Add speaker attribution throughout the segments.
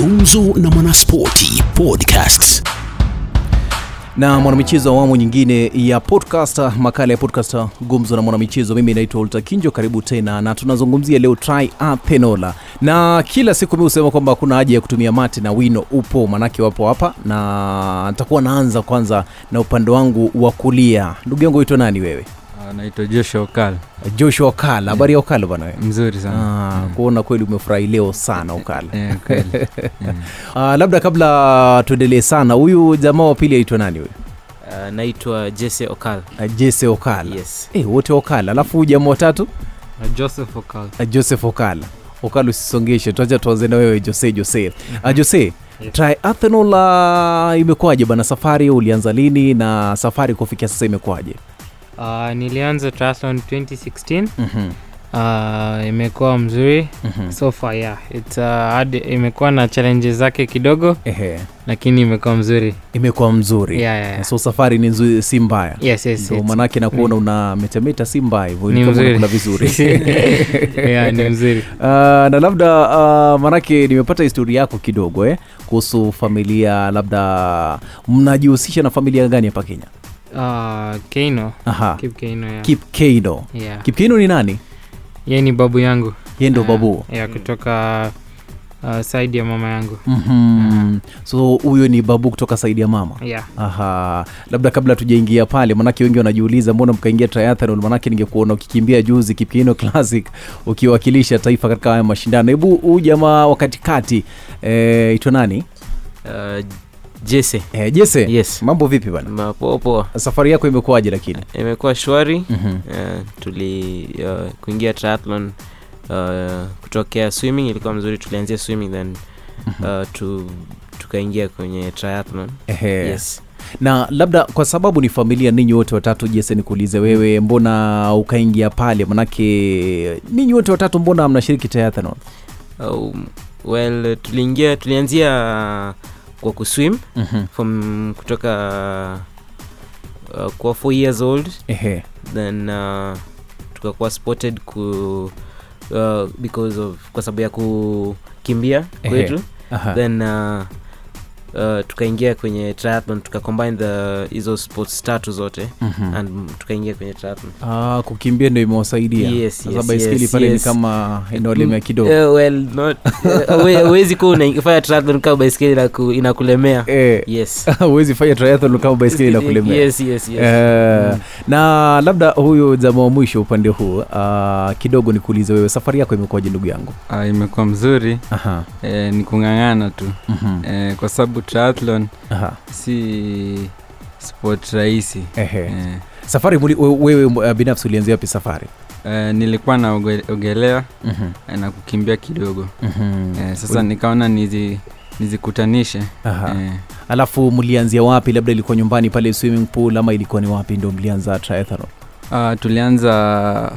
Speaker 1: gumzo na mwanaspoti podcast
Speaker 2: na mwanamichezo awamu nyingine ya podcaster makala ya podcaster gumzo na mwanamichezo mimi naitwa ulta kinjo karibu tena na tunazungumzia leo tri penola na kila siku mi husema kwamba kuna haja ya kutumia mate na wino upo manake wapo hapa na nitakuwa naanza kwanza na upande wangu wa kulia ndugu yangu uitwa nani wewe
Speaker 3: Ah, naitwa Joshua Okal.
Speaker 2: joshua okala habari ya okala bwana wewe
Speaker 3: Mzuri sana.
Speaker 2: Ah, kuona kweli umefurahi leo sana ukala
Speaker 3: Eh, kweli.
Speaker 2: ah, labda kabla tuendelee sana huyu jamaa wa pili aitwa nani huyu
Speaker 4: Uh, naitwa Jesse Okal.
Speaker 2: Ah, jese okala
Speaker 4: Yes.
Speaker 2: Eh, wote Okala. Alafu jamaa watatu
Speaker 3: Na Ah, Joseph Okal.
Speaker 2: uh, Joseph Okala. Okala usisongeshe, tuacha tuanze na wewe Jose Jose. Uh, Jose,
Speaker 3: Mhm. Yes.
Speaker 2: triathlon la imekuwaje bana? Safari ulianza lini na safari kufikia sasa imekuwaje?
Speaker 3: Ah, nilianza triathlon 2016.
Speaker 2: Mhm,
Speaker 3: Ah, imekuwa mzuri
Speaker 4: Hmm.
Speaker 2: mhm.
Speaker 3: so far yeah. It's, uh, hard, imekuwa na challenges zake kidogo
Speaker 2: Ehe,
Speaker 3: lakini imekuwa mzuri.
Speaker 2: imekuwa mzuri
Speaker 3: Yeah, yeah, yeah.
Speaker 2: so safari ni nzuri, si mbaya
Speaker 3: Yes, yes.
Speaker 2: ndo
Speaker 3: it's-
Speaker 2: manake nakuona una metameta si mbaya hivyo
Speaker 3: Ni
Speaker 2: ni kama
Speaker 3: mzuri.
Speaker 2: unakula vizuri
Speaker 3: yeah, ni mzuri.
Speaker 2: Uh, na labda uh, maanake nimepata historia yako kidogo eh, kuhusu familia labda mnajihusisha na familia gani hapa kenya
Speaker 3: Ah, Keino.
Speaker 2: Aha.
Speaker 3: Kip Keino yeah.
Speaker 2: Kip Keino.
Speaker 3: Yeah.
Speaker 2: Kip Keino ni nani?
Speaker 3: Yeye ni babu yangu.
Speaker 2: Yeye ndo
Speaker 3: Ah,
Speaker 2: babu.
Speaker 3: Yeah, kutoka uh, side ya mama yangu.
Speaker 2: Mhm. So huyo ni babu kutoka saidi ya mama.
Speaker 3: Yeah.
Speaker 2: Aha, labda kabla tujaingia pale, manake wengi wanajiuliza mbona mkaingia triathlon, manake ningekuona ukikimbia juzi Kip Keino Classic ukiwakilisha taifa katika haya mashindano. Hebu huyu jamaa wa katikati eh, itwa nani?
Speaker 4: Uh, Jesse.
Speaker 2: Eh, Jesse.
Speaker 4: Yes.
Speaker 2: Mambo vipi
Speaker 3: Mm.
Speaker 2: bana?
Speaker 4: Mapopo.
Speaker 2: Safari yako imekuwaje lakini?
Speaker 4: Imekuwa shwari.
Speaker 3: Mm-hmm.
Speaker 2: Mhm.
Speaker 4: Uh, tuli uh, kuingia triathlon uh, kutokea swimming ilikuwa mzuri, tulianzia swimming then uh, tu, tukaingia kwenye triathlon.
Speaker 2: Ehe.
Speaker 4: Yes.
Speaker 2: na labda kwa sababu ni familia ninyi wote watatu jese nikuulize wewe mbona ukaingia pale manake ninyi wote watatu mbona mnashiriki triathlon
Speaker 4: Um, well tuliingia tulianzia kwa kuswim
Speaker 2: mm-hmm.
Speaker 4: from kutoka uh, kwa 4 years old
Speaker 2: ehe
Speaker 4: then uh, tukakuwa spotted ku uh, because of kwa sababu ya kukimbia
Speaker 2: Ehe. ah.
Speaker 4: kwetu
Speaker 2: Aha.
Speaker 4: then uh, uh, tukaingia kwenye triathlon tukacombine the hizo sports tatu zote
Speaker 2: Mhm.
Speaker 4: and tukaingia kwenye triathlon
Speaker 2: Ah, kukimbia ndo imewasaidia
Speaker 4: Yes,
Speaker 2: Sasa
Speaker 4: yes,
Speaker 2: baiskeli
Speaker 4: yes,
Speaker 2: pale
Speaker 4: yes.
Speaker 2: ni kama inaolemea kidogo
Speaker 4: Uh, well not eh, huwezi kuwa unafanya triathlon kama baiskeli inaku- inakulemea
Speaker 2: Eh,
Speaker 4: yes
Speaker 2: huwezi fanya triathlon kama baiskeli inakulemea
Speaker 4: yes yes yes Mm.
Speaker 2: Eh, na labda huyu jamaa wa mwisho upande huu uh, kidogo nikuulize wewe safari yako imekuwaje ndugu yangu
Speaker 5: Ah, imekuwa mzuri
Speaker 2: aha,
Speaker 5: eh, ni kung'ang'ana tu
Speaker 2: mhm,
Speaker 5: eh, kwa sababu triathlon
Speaker 2: aha,
Speaker 4: Mm.
Speaker 5: si sport rahisi
Speaker 2: ehe.
Speaker 5: eh,
Speaker 2: safari muli, we- wewe uh, binafsi ulianzia wapi safari
Speaker 5: eh, nilikuwa naogelea
Speaker 2: Mhm,
Speaker 5: eh, na kukimbia kidogo
Speaker 2: mhm.
Speaker 5: eh, sasa nikaona nizi, nizikutanishe
Speaker 2: Aha.
Speaker 5: eh,
Speaker 2: alafu mlianzia wapi labda ilikuwa nyumbani pale swimming pool ama ilikuwa ni wapi ndio mlianza triathlon
Speaker 5: ah, tulianza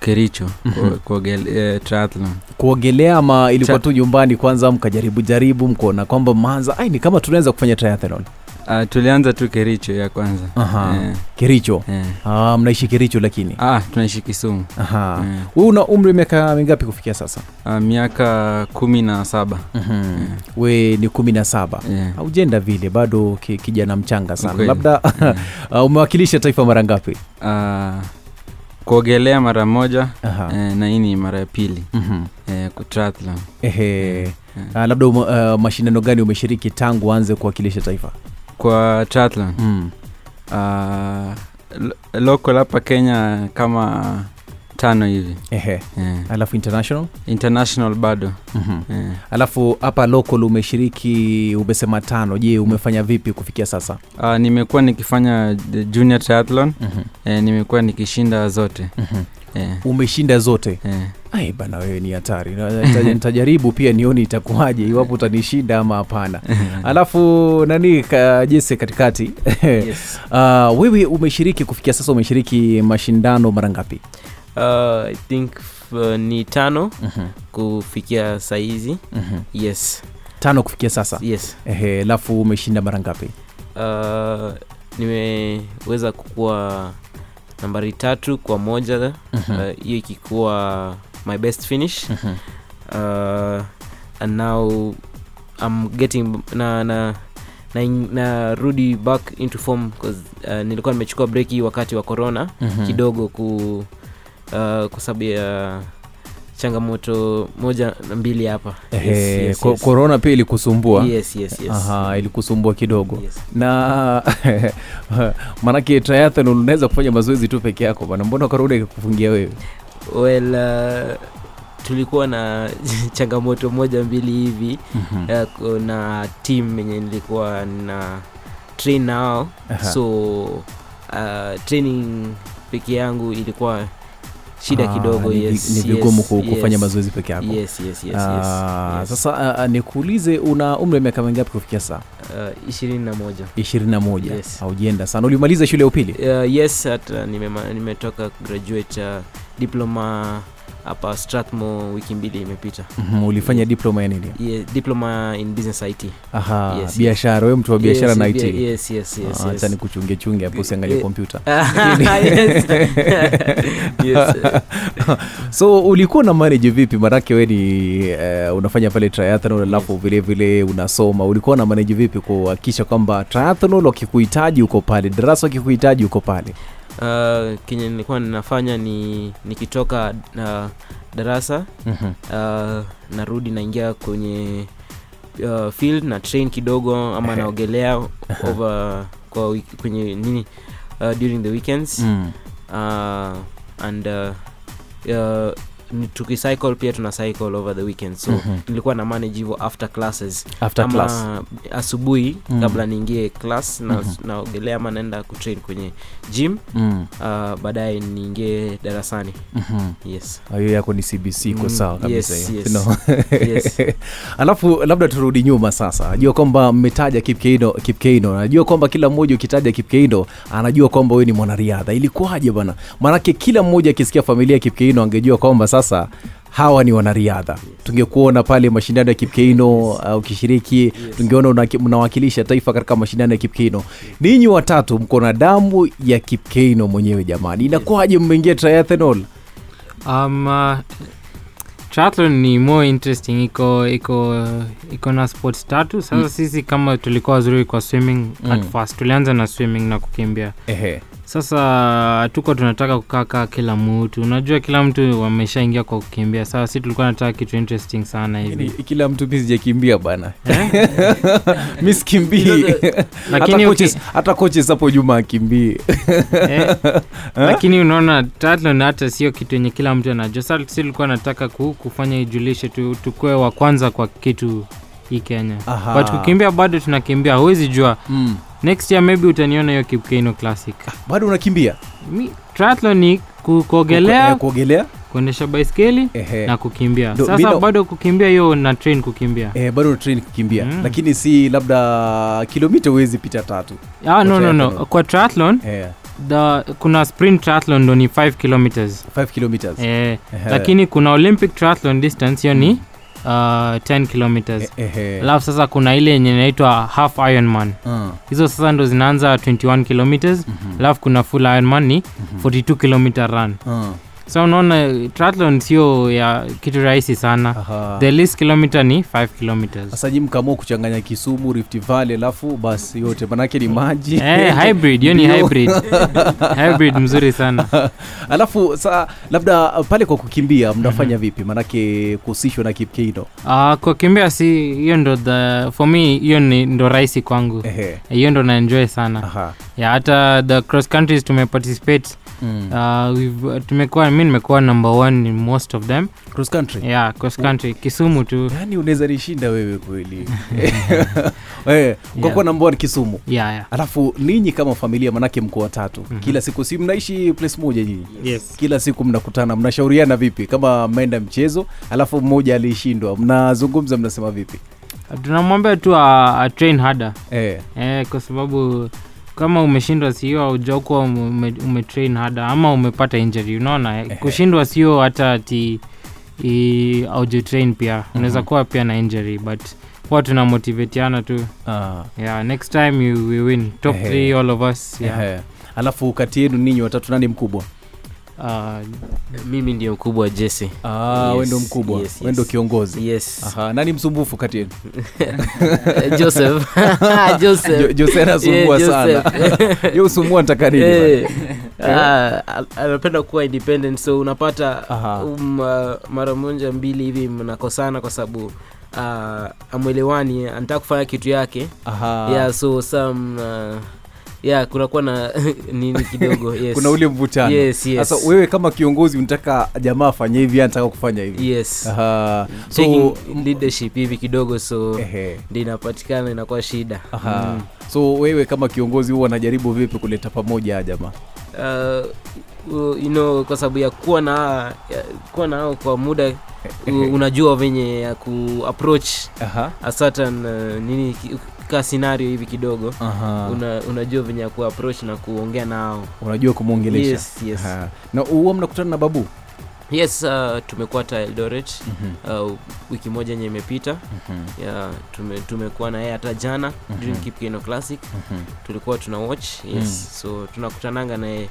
Speaker 5: kericho
Speaker 2: Mhm.
Speaker 5: mm-hmm. kuogel, eh, triathlon
Speaker 2: kuogelea ama ilikuwa
Speaker 5: Cha-
Speaker 2: tu nyumbani kwanza mkajaribu jaribu mkaona kwamba mwanza ai ni kama tunaweza kufanya triathlon
Speaker 5: ah, tulianza tu kericho ya kwanza
Speaker 2: Aha.
Speaker 5: eh,
Speaker 2: kericho
Speaker 5: eh.
Speaker 2: ah, mnaishi kericho lakini
Speaker 5: Ah, tunaishi kisumu
Speaker 2: Aha.
Speaker 5: eh,
Speaker 2: wewe una umri wa miaka mingapi kufikia sasa
Speaker 5: ah, miaka kumi na saba Mhm.
Speaker 2: mm-hmm. we ni kumi na saba
Speaker 5: eh.
Speaker 2: haujenda vile bado ki, kijana mchanga sana
Speaker 5: Ukweli.
Speaker 2: labda
Speaker 5: Mm.
Speaker 2: ah, umewakilisha taifa mara ngapi
Speaker 5: Ah, kuogelea mara moja
Speaker 2: Aha.
Speaker 5: eh, na hii ni mara ya pili
Speaker 2: Mhm.
Speaker 5: eh, kutriathlon
Speaker 2: Ehe.
Speaker 5: Mm.
Speaker 2: Ah, labda um, uh, mashindano gani umeshiriki tangu uanze kuwakilisha taifa
Speaker 5: kwa triathlon
Speaker 2: mm.
Speaker 5: ah, lo- local hapa kenya kama tano hivi
Speaker 2: Ehe.
Speaker 5: eh,
Speaker 2: alafu international
Speaker 5: international bado
Speaker 2: mm-hmm.
Speaker 5: eh.
Speaker 2: alafu hapa local umeshiriki umesema tano je umefanya vipi kufikia sasa
Speaker 5: ah, nimekuwa nikifanya j- junior triathlon
Speaker 2: mm-hmm.
Speaker 5: eh, nimekuwa nikishinda zote
Speaker 4: Mhm.
Speaker 2: Mm-hmm.
Speaker 5: eh,
Speaker 2: umeshinda zote
Speaker 5: eh.
Speaker 2: ai bana wewe ni hatari Na- nita- nitajaribu pia nione itakuwaje iwapo utanishinda ama hapana alafu nani ka, jese katikati
Speaker 4: yes.
Speaker 2: uh, wewe umeshiriki kufikia sasa umeshiriki mashindano mara ngapi
Speaker 4: uh, i think uh, ni tano
Speaker 5: Mhm.
Speaker 4: kufikia saa hizi yes
Speaker 2: tano kufikia sasa
Speaker 4: yes
Speaker 2: Ehe, alafu umeshinda mara ngapi
Speaker 4: uh, nimeweza kukua nambari tatu kwa moja hiyo
Speaker 2: Mhm.
Speaker 4: uh, hiyo ikikuwa my best finish uh, and now I'm getting na na na narudi back into form 'cause, uh, nilikuwa nimechukua breki wakati wa corona
Speaker 2: Mhm.
Speaker 4: kidogo ku uh, kwa sababu ya changamoto moja na mbili hapa
Speaker 2: Ehe,
Speaker 4: yes,
Speaker 2: ko-
Speaker 4: yes.
Speaker 2: korona pia ilikusumbua
Speaker 4: yes, yes, yes.
Speaker 2: Aha, ilikusumbua kidogo
Speaker 4: Yes.
Speaker 2: na maanake triathlon unaweza kufanya mazoezi tu peke yako bana mbona korona ikakufungia wewe
Speaker 4: well uh, tulikuwa na changamoto moja mbili hivi
Speaker 2: Mhm.
Speaker 4: uh, na team yenye nilikuwa na train nao
Speaker 2: Aha.
Speaker 4: so uh, training peke yangu ilikuwa shida
Speaker 2: Ah,
Speaker 4: kidogo
Speaker 2: ni, vi-
Speaker 4: yes,
Speaker 2: ni vigumu
Speaker 4: yes,
Speaker 2: ku- kufanya
Speaker 4: yes,
Speaker 2: mazoezi peke yako
Speaker 4: yes, yes, yes, yes,
Speaker 2: Ah,
Speaker 4: yes.
Speaker 2: sasa uh, nikuulize una umri wa miaka mingapi kufikia saa
Speaker 4: Uh, ishirini na moja
Speaker 2: ishirini na moja
Speaker 4: Yes.
Speaker 2: aujienda sana ulimaliza shule ya upili
Speaker 4: uh, yes hata nimema- nimetoka graduate uh, diploma hapa strathmore wiki mbili imepita
Speaker 2: Mhm, ulifanya diploma ya nini
Speaker 4: yeah, diploma in business it
Speaker 2: Aha,
Speaker 4: Yes, yes.
Speaker 2: biashara wewe mtu wa biashara
Speaker 4: yes,
Speaker 2: na
Speaker 4: bia-
Speaker 2: it
Speaker 4: yes, yes, yes,
Speaker 2: Ah,
Speaker 4: yes.
Speaker 2: acha nikuchunge chunge hapo
Speaker 4: Ge-
Speaker 2: usiangalie
Speaker 4: ge-
Speaker 2: kompyuta
Speaker 4: yes. yes.
Speaker 2: so ulikuwa na manage vipi maanake we ni uh, unafanya pale triathlon alafu vile vile unasoma ulikuwa na manage vipi kuhakikisha kwamba triathlon wakikuhitaji uko pale darasa wakikuhitaji uko pale
Speaker 4: Uh, kenye nilikuwa ninafanya ni nikitoka uh, darasa
Speaker 2: Mhm.
Speaker 4: uh, narudi naingia kwenye uh, field na train kidogo ama naogelea over kwa wiki, kwenye nini uh, during the weekends
Speaker 2: mm.
Speaker 4: uh, and uh, uh, ni- tukicycle pia tuna cycle over the weekend so
Speaker 2: Mhm.
Speaker 4: nilikuwa na manage hivyo after classes
Speaker 2: after
Speaker 4: ama
Speaker 2: class
Speaker 4: asubuhi
Speaker 2: Mm.
Speaker 4: kabla niingie class na,
Speaker 2: Mhm.
Speaker 4: naogelea ama naenda kutrain kwenye gym
Speaker 2: mm.
Speaker 4: uh, baadaye niingie darasani
Speaker 2: Mhm.
Speaker 4: yes
Speaker 2: Ah, hiyo yako ni cbc iko
Speaker 4: Mm,
Speaker 2: sawa kabisa
Speaker 4: yes,
Speaker 2: hiyo.
Speaker 4: yes.
Speaker 2: No.
Speaker 4: Yes.
Speaker 2: alafu labda turudi nyuma sasa najua kwamba mmetaja kipkeino kipkeino najua kwamba kila mmoja ukitaja kipkeino anajua kwamba wewe ni mwanariadha ilikuwaje bana maanake kila mmoja akisikia familia ya kipkeino angejua kwamba sasa hawa ni wanariadha tungekuona pale mashindano ya kipkeino uh, ukishiriki tungeona unaki- mnawakilisha taifa katika mashindano ya kipkeino ninyi watatu mko na damu ya kipkeino mwenyewe jamani inakuwaje mmeingia triathlon
Speaker 3: um, uh, triathlon ni more interesting iko iko iko na sports tatu sasa
Speaker 2: Mm.
Speaker 3: mm. sisi kama tulikuwa wazuri kwa swimming mm. at
Speaker 2: Mm.
Speaker 3: first tulianza na swimming na kukimbia
Speaker 2: Ehe.
Speaker 3: sasa hatuko tunataka kukaa kaa kila mtu unajua kila mtu wameshaingia kwa kukimbia sasa si tulikuwa nataka kitu interesting sana
Speaker 2: Lakini
Speaker 3: hivi
Speaker 2: kila mtu mi sijakimbia bana
Speaker 3: Eh?
Speaker 2: mi sikimbii
Speaker 3: lakini
Speaker 2: Hata
Speaker 3: uki-
Speaker 2: coaches- hata coaches hapo juma akimbie
Speaker 3: eh, lakini unaona triathlon hata sio kitu yenye kila mtu anajua sa si tulikuwa nataka ku, kufanya ijulishe tu, tukue wa kwanza kwa kitu hii kenya
Speaker 2: Aha.
Speaker 3: but kukimbia bado tunakimbia huwezi jua
Speaker 2: mm.
Speaker 3: next year maybe utaniona hiyo kipkeino classic
Speaker 2: bado unakimbia
Speaker 3: Mi- triathlon ni ku,
Speaker 2: Kuko- eh,
Speaker 3: kuogelea
Speaker 2: kuogelea
Speaker 3: kuendesha baiskeli
Speaker 2: Ehe.
Speaker 3: na kukimbia
Speaker 2: Ndo,
Speaker 3: sasa
Speaker 2: Bino-
Speaker 3: bado kukimbia hiyo na train kukimbia
Speaker 2: eh, bado unatrain kukimbia
Speaker 3: Mm.
Speaker 2: lakini si labda kilomita huwezi pita tatu
Speaker 3: ah, no, no, no.
Speaker 2: triathlon.
Speaker 3: kwa triathlon
Speaker 2: eh,
Speaker 3: the, kuna sprint triathlon ndo ni 5 kilometers
Speaker 2: 5 kilometers
Speaker 3: eh,
Speaker 2: Ehe.
Speaker 3: lakini kuna olympic triathlon distance hiyo ni uh, 10 kilometers
Speaker 2: Eh, Ehe.
Speaker 3: alafu sasa kuna ile yenye inaitwa half ironman
Speaker 2: Mm.
Speaker 3: hizo sasa ndo zinaanza 21 kilometers alafu kuna full ironman ni 42 kilometer run
Speaker 2: Mm.
Speaker 3: so unaona triathlon sio ya kitu rahisi sana
Speaker 2: Aha.
Speaker 3: the least kilometer ni 5 kilometers
Speaker 2: sasa ji mkaamua kuchanganya kisumu rift valley alafu basi yote manake ni maji
Speaker 3: eh, hybrid hiyo ni
Speaker 2: Ndio.
Speaker 3: hybrid hybrid mzuri sana
Speaker 2: alafu saa labda pale kwa kukimbia mnafanya
Speaker 3: Mhm.
Speaker 2: vipi manake kuhusishwa na kipkeino
Speaker 3: uh, kukimbia si hiyo ndo the for me hiyo ni- ndo rahisi kwangu
Speaker 2: Ehe.
Speaker 3: hiyo ndo naenjoy sana
Speaker 2: Aha.
Speaker 3: ya hata the cross countries tumeparticipate
Speaker 2: Mm.
Speaker 3: uh, we've- tumekuwa mi nimekuwa number one in most of them
Speaker 2: cross country
Speaker 3: yeah cross country kisumu tu
Speaker 2: yaani unaweza nishinda wewe kweli eh, ukakuwa number one kisumu
Speaker 3: yeah, yeah.
Speaker 2: alafu ninyi kama familia manake mko watatu
Speaker 4: Mhm.
Speaker 2: mm-hmm. kila siku si mnaishi place moja nyinyi
Speaker 3: Yes.
Speaker 2: kila siku mnakutana mnashauriana vipi kama mmeenda mchezo alafu mmoja alishindwa mnazungumza mnasema vipi
Speaker 3: tunamwambia tu a, a train harder
Speaker 2: eh,
Speaker 3: eh, kwa sababu kama umeshindwa sio aujakuwa ume, umetrain hada ama umepata injury unaona eh, kushindwa sio hata ati aujatrain pia unaweza
Speaker 2: Mm-hmm.
Speaker 3: kuwa pia na injury but huwa tunamotivatiana tu
Speaker 2: ah,
Speaker 3: yeah, next time you, we win top
Speaker 2: Ehe.
Speaker 3: three all of us yeah.
Speaker 2: eh. alafu kati yenu ninyi watatu nani mkubwa
Speaker 3: uh,
Speaker 4: mimi ndio mkubwa wa jesse
Speaker 2: ah, yes,
Speaker 4: Yes,
Speaker 2: wendo mkubwa
Speaker 4: yes, yes.
Speaker 2: wendo kiongozi
Speaker 4: yes
Speaker 2: Aha, nani msumbufu kati yenu
Speaker 4: joseph
Speaker 2: Ah. Jo-
Speaker 4: joseph
Speaker 2: jose anasumbua
Speaker 4: Yeah,
Speaker 2: sana ye usumbua nitakariri
Speaker 4: Eh, ah, a- anapenda kuwa independent so unapata
Speaker 2: Aha.
Speaker 4: um, uh, mara moja mbili hivi mnakosana kwa sababu uh, amwelewani anataka kufanya kitu yake
Speaker 2: Aha.
Speaker 4: yeah so some uh, yeah kunakuwa na nini kidogo yes.
Speaker 2: kuna ule mvutano
Speaker 4: Yes, yes.
Speaker 2: sasa wewe kama kiongozi unataka jamaa afanye hivi anataka kufanya hivi
Speaker 4: yes
Speaker 2: Aha. Ah. so
Speaker 4: taking
Speaker 2: m-
Speaker 4: leadership hivi kidogo so
Speaker 2: ehe.
Speaker 4: ndi inapatikana inakuwa shida Mm.
Speaker 2: Aha. so wewe kama kiongozi huwa unajaribu vipi kuleta pamoja haya jamaa
Speaker 4: uh, uh, you know, kwa sababu ya kuwa na ya, kuwa nao kwa muda u- unajua venye ya ku approach
Speaker 2: Aha.
Speaker 4: a certain uh, nini ki- ka scenario hivi kidogo
Speaker 2: Aha.
Speaker 4: una, unajua venye ya ku approach na kuongea nao
Speaker 2: unajua kumwongelesha
Speaker 4: yes, yes.
Speaker 2: Aha. na huwa mnakutana na babu
Speaker 4: yes uh, tumekuwa ta eldoret
Speaker 2: Mhm.
Speaker 4: uh, wiki moja yenye imepita yeah, tume, tumekuwa na yeye hata jana
Speaker 2: Mhm.
Speaker 4: during kipkeno classic tulikuwa tuna watch yes
Speaker 2: Mm.
Speaker 4: so tunakutananga na yeye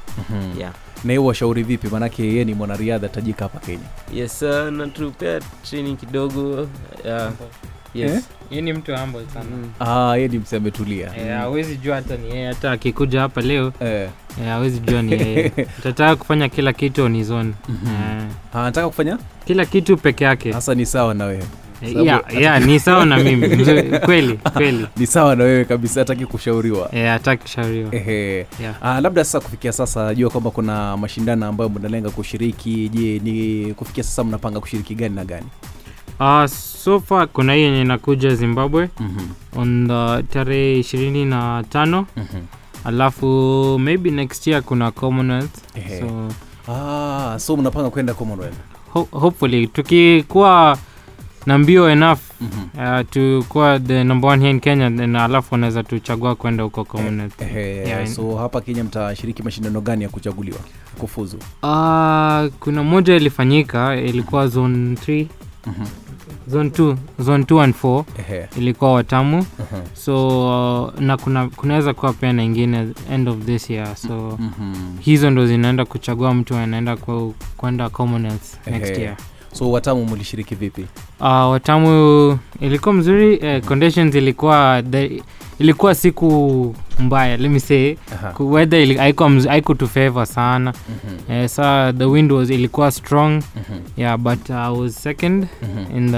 Speaker 4: yeah.
Speaker 2: na yeye washauri vipi maanake yeye ni mwanariadha tajika hapa kenya
Speaker 4: yes uh, natupea training kidogo yeah.
Speaker 2: Eh?
Speaker 4: yes
Speaker 3: yeye ni mtu humble
Speaker 4: Mm.
Speaker 3: sana
Speaker 2: Ah, yeye ni msee ametulia
Speaker 3: Eh, hawezi jua hata ni yeye hata akikuja hapa leo
Speaker 2: eh.
Speaker 3: eh, hawezi jua ni yeye tataka kufanya kila kitu on his own eh,
Speaker 2: anataka kufanya
Speaker 3: kila kitu peke yake
Speaker 2: hasa ni sawa na wewe
Speaker 3: Eh,
Speaker 2: sababu-
Speaker 3: yeah, yeah, ni sawa na mimi Mzuri, kweli kweli
Speaker 2: ni sawa na wewe kabisa hataki kushauriwa
Speaker 3: Eh, hataki kushauriwa
Speaker 2: Ehe.
Speaker 3: Yeah.
Speaker 2: Ah, labda sasa kufikia sasa jua kwamba kuna mashindano ambayo mnalenga kushiriki je ni kufikia sasa mnapanga kushiriki gani na gani
Speaker 3: Uh, so far kuna hii yenye inakuja zimbabwe on the tarehe ishirini na tano alafu maybe next year kuna commonwealth
Speaker 2: Ehe.
Speaker 3: so
Speaker 2: ah, so mnapanga kwenda commonwealth
Speaker 3: ho- hopefully tukikuwa na mbio enough uh, tukuwa the number one here in kenya then alafu wanaweza tuchagua kwenda huko commonwealth
Speaker 2: Ehe,
Speaker 3: Yeah,
Speaker 2: so hapa kenya mtashiriki mashindano gani ya kuchaguliwa kufuzu
Speaker 3: Ah, kuna moja ilifanyika ilikuwa zone 3 zone 2 zone 2 and 4
Speaker 2: Ehe.
Speaker 3: ilikuwa watamu so uh, na kuna kunaweza kuwa pia na ingine end of this year
Speaker 2: Mhm.
Speaker 3: so hizo ndo zinaenda kuchagua mtu anaenda ku- kwenda commonwealth next
Speaker 2: Ehe.
Speaker 3: year
Speaker 2: so watamu mlishiriki vipi
Speaker 3: uh, watamu ilikuwa mzuri eh, conditions ilikuwa the, ilikuwa siku mbaya let me say
Speaker 2: Ah.
Speaker 3: Ku- weather ili- haikuwa mz- haikutufavor sana eh, saa the wind was ilikuwa strong
Speaker 2: Mm-hmm. Mhm.
Speaker 3: yeah but i was second in the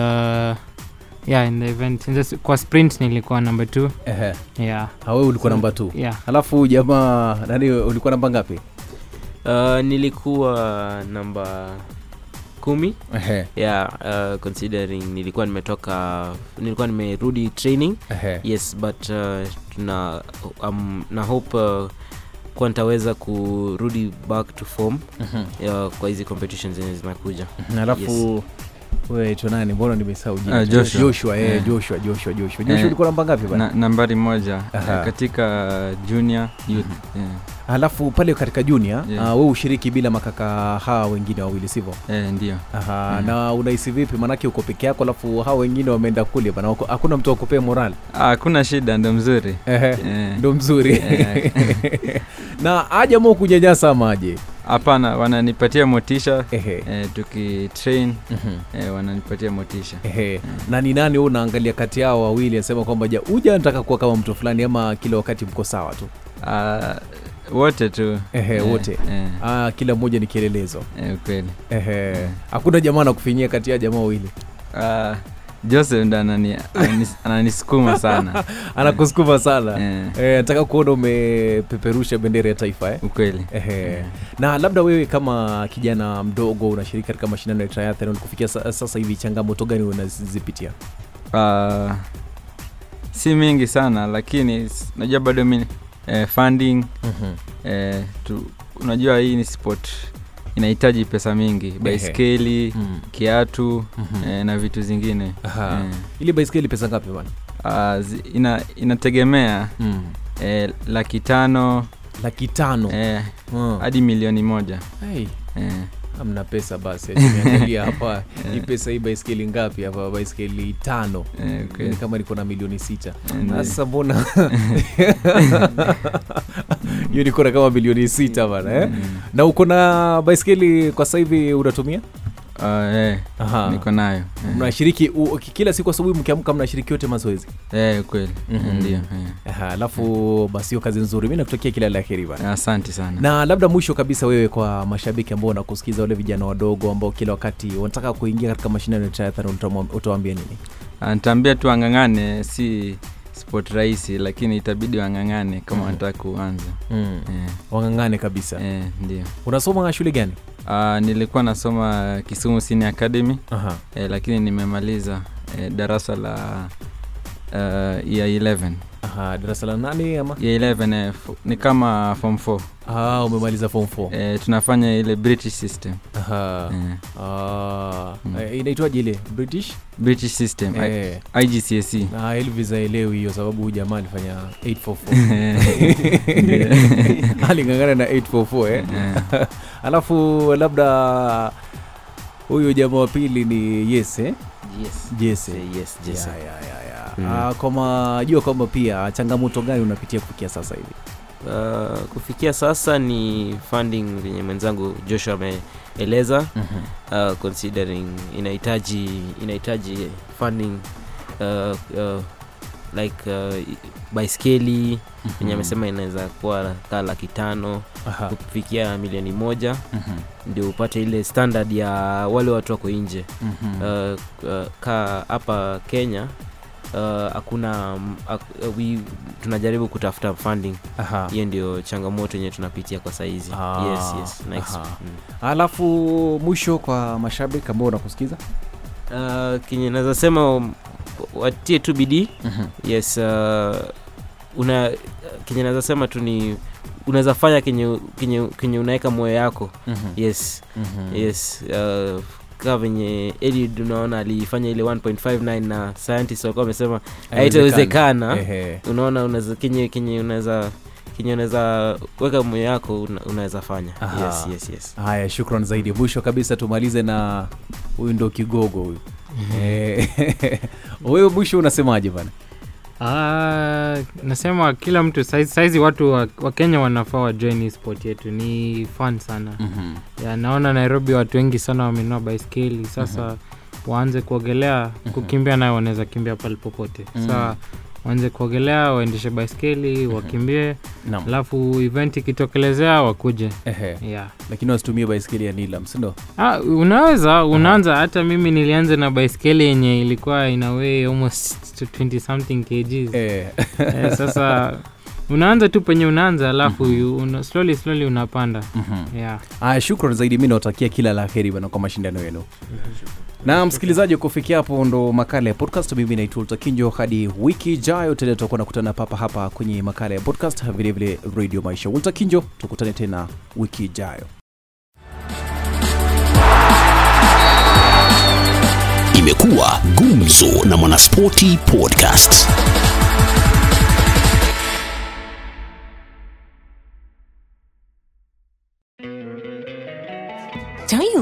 Speaker 3: yeah in the event in the, s- kwa sprint nilikuwa number two
Speaker 2: Ehe.
Speaker 3: yeah
Speaker 2: Ah, wewe ulikuwa namba tu
Speaker 3: yeah
Speaker 2: alafu jamaa nani ulikuwa namba ngapi
Speaker 4: uh, nilikuwa namba kumi
Speaker 2: Ehe.
Speaker 4: yeah uh, considering nilikuwa nimetoka nilikuwa nimerudi training
Speaker 2: Ehe.
Speaker 4: yes but uh, tuna um, na hope uh, kuwa nitaweza kurudi back to form uh, kwa hizi competitions zenye zinakuja
Speaker 2: Na alafu weitwa nani mbona nimesahau jina?
Speaker 5: Ah, Joshua.
Speaker 2: joshua eh,
Speaker 5: Yeah.
Speaker 2: joshua joshua joshua
Speaker 5: Yeah.
Speaker 2: joshua ulikuwa namba ngapi bana
Speaker 5: na, nambari moja
Speaker 2: Aha.
Speaker 5: eh, katika junior youth eh, yeah.
Speaker 2: alafu pale katika junior
Speaker 5: Yeah.
Speaker 2: yeah. uh, we ushiriki bila makaka hawa wengine wawili sivyo
Speaker 5: eh, ndio
Speaker 2: Aha, na unahisi vipi maanake uko peke yako alafu hawa wengine wameenda kule bana wako- hakuna mtu akupee moral
Speaker 5: Ah, hakuna shida ndo mzuri
Speaker 2: Ehe,
Speaker 5: Eh.
Speaker 2: ndo mzuri
Speaker 5: Eh,
Speaker 2: na ajamua kunyanyasa maje
Speaker 5: hapana wananipatia motisha
Speaker 2: Ehe.
Speaker 5: eh, tukitrain eh, wananipatia motisha
Speaker 2: Ehe, na ni nani wewe unaangalia kati yao wawili anasema kwamba ja uja nataka kuwa kama mtu fulani ama kila wakati mko sawa tu
Speaker 5: Ah, wote tu
Speaker 2: Ehe,
Speaker 5: Eh,
Speaker 2: wote
Speaker 5: eh,
Speaker 2: ah, kila mmoja ni kielelezo
Speaker 5: eh, ukweli
Speaker 2: Ehe. hakuna jamaa na kufinyia kati ya jamaa wawili
Speaker 5: Ah, joseph ndo anani- anani- ananisukuma sana
Speaker 2: anakusukuma sana
Speaker 5: eh,
Speaker 2: Eh, nataka kuona umepeperusha bendera ya taifa eh?
Speaker 5: ukweli
Speaker 2: Ehe. na labda wewe kama kijana mdogo unashiriki katika mashindano ya triathlon kufikia sa- sasa hivi changamoto gani unazipitia
Speaker 5: Ah, si mingi sana lakini s- najua bado mi eh, funding
Speaker 2: Mhm.
Speaker 5: eh, tu, unajua hii ni sport inahitaji pesa mingi baiskeli
Speaker 2: Mm.
Speaker 5: kiatu
Speaker 2: Mhm.
Speaker 5: eh, na vitu zingine
Speaker 2: Aha.
Speaker 5: eh.
Speaker 2: ile baiskeli pesa ngapi bana
Speaker 5: Ah, zi- ina, inategemea
Speaker 2: mm.
Speaker 5: eh, laki tano
Speaker 2: laki tano
Speaker 5: eh,
Speaker 2: Mm.
Speaker 5: hadi milioni moja
Speaker 2: Hey,
Speaker 5: eh.
Speaker 2: amna pesa basi nimeangalia hapa hii pesa hii baiskeli ngapi hapa baiskeli tano
Speaker 5: Eh,
Speaker 2: Ni
Speaker 5: kweli.
Speaker 2: kama niko na milioni sita
Speaker 5: Ndiyo.
Speaker 2: sasa mbona hiyo niko na kama milioni sita bana eh? na uko na baiskeli kwa sasa hivi unatumia
Speaker 5: Ah, eh,
Speaker 2: Aha.
Speaker 5: niko nayo eh.
Speaker 2: mnashiriki u- ki- kila siku asubuhi mkiamka mnashiriki yote mazoezi
Speaker 5: eh, kweli
Speaker 2: Mhm.
Speaker 5: ndio eh.
Speaker 2: Aha, alafu basi hiyo kazi nzuri mi nakutakia kila la heri bana
Speaker 5: asante sana
Speaker 2: na labda mwisho kabisa wewe kwa mashabiki ambao wanakusikiza wale vijana wadogo ambao kila wakati wanataka kuingia katika mashindano ya triathlon utamwa- utawaambia nini
Speaker 5: Ah, nitaambia tu wang'ang'ane si sport rahisi lakini itabidi wang'ang'ane kama wanataka kuanza
Speaker 2: mm.
Speaker 5: eh,
Speaker 2: wang'ang'ane kabisa
Speaker 5: eh, ndio
Speaker 2: unasoma shule gani
Speaker 5: Ah, nilikuwa nasoma kisumu senior academy
Speaker 2: Aha.
Speaker 5: eh, lakini nimemaliza eh, darasa la uh, ya 11
Speaker 2: Aha, darasa la nane ama
Speaker 5: ya 11 eh, fo- ni kama form 4
Speaker 2: ah, umemaliza form 4
Speaker 5: eh, tunafanya ile british system
Speaker 2: Aha.
Speaker 5: eh,
Speaker 2: Ah,
Speaker 5: Mm.
Speaker 2: eh, inaitwaje ile british
Speaker 5: british system I-
Speaker 2: Eh,
Speaker 5: igcse
Speaker 2: na elvis aelewi hiyo sababu huyu jamaa alifanya 844 aling'ang'ana na 844 eh?
Speaker 5: Eh,
Speaker 2: alafu labda huyu jamaa wa pili ni yes eh? Jesse. Ya, ya, ya, ya.
Speaker 4: Mm.
Speaker 2: Ah, kwa majua kwamba pia changamoto gani unapitia kufikia sasa hivi
Speaker 4: Uh, kufikia sasa ni funding venye mwenzangu joshua ameeleza uh, considering inahitaji inahitaji funding uh, uh, like uh, i- baiskeli venye amesema inaweza kuwa kaa laki tano
Speaker 2: Mhm. Aha. Mhm.
Speaker 4: kufikia milioni moja ndio upate ile standard ya wale watu wako nje
Speaker 2: Mhm.
Speaker 4: uh, uh, ka hapa kenya uh, hakuna mm, hak- uh, we- tunajaribu kutafuta funding
Speaker 2: Aha.
Speaker 4: hiyo ndio changamoto yenye tunapitia kwa saizi
Speaker 2: Ah,
Speaker 4: yes, yes, next.
Speaker 2: aha.
Speaker 4: Mm.
Speaker 2: alafu mwisho kwa mashabiki ambao unakusikiza
Speaker 4: Uh, kenye naweza sema um, watie tu bidii yes uh, una kenye naweza sema tu ni unaweza fanya kenye, kenye, kenye unaweka moyo yako yes
Speaker 2: Mm.
Speaker 4: yes uh, kaa venye elid unaona alifanya ile 1.59 na scientist walikuwa wamesema haitawezekana
Speaker 2: Ehe.
Speaker 4: unaona unaweza kenye kenye unaweza kenye unaweza weka moyo yako una- unaweza fanya
Speaker 2: Aha.
Speaker 4: yes, yes, yes.
Speaker 2: haya shukran zaidi mwisho kabisa tumalize na huyu ndo kigogo huyu Eh, wewe mwisho unasemaje bana
Speaker 3: Ah, nasema kila mtu saizi, saizi watu wa, wa kenya wanafaa wajoin hii sport yetu ni fun sana
Speaker 2: Mhm.
Speaker 3: ya, naona nairobi watu wengi sana wamenua baiskeli sasa waanze kuogelea kukimbia nayo wanaweza kimbia pale popote sa waanze kuogelea waendeshe baiskeli wakimbie
Speaker 2: Naam.
Speaker 3: alafu event ikitokelezea wakuje
Speaker 2: Ehe.
Speaker 3: yeah.
Speaker 2: lakini wasitumie baiskeli ya nilam sindo
Speaker 3: Ah, unaweza unaanza hata mimi nilianza na baiskeli yenye ilikuwa ina weigh almost 20 something kgs
Speaker 2: eh.
Speaker 3: eh, sasa unaanza tu penye unaanza alafu you- una, slowly slowly unapanda
Speaker 2: Mhm.
Speaker 3: yeah.
Speaker 2: Aya, shukran zaidi, mi nawatakia kila la heri bana kwa mashindano yenu. Na msikilizaji, kufikia hapo ndo makala ya podcast. Mimi naitwa Walter Kinjo, hadi wiki ijayo tena tutakuwa nakutana papa hapa kwenye makala ya podcast, vilevile Radio Maisha. Walter Kinjo, tukutane tena wiki ijayo.
Speaker 1: Imekuwa Gumzo na Mwanaspoti Podcast.
Speaker 6: Don't you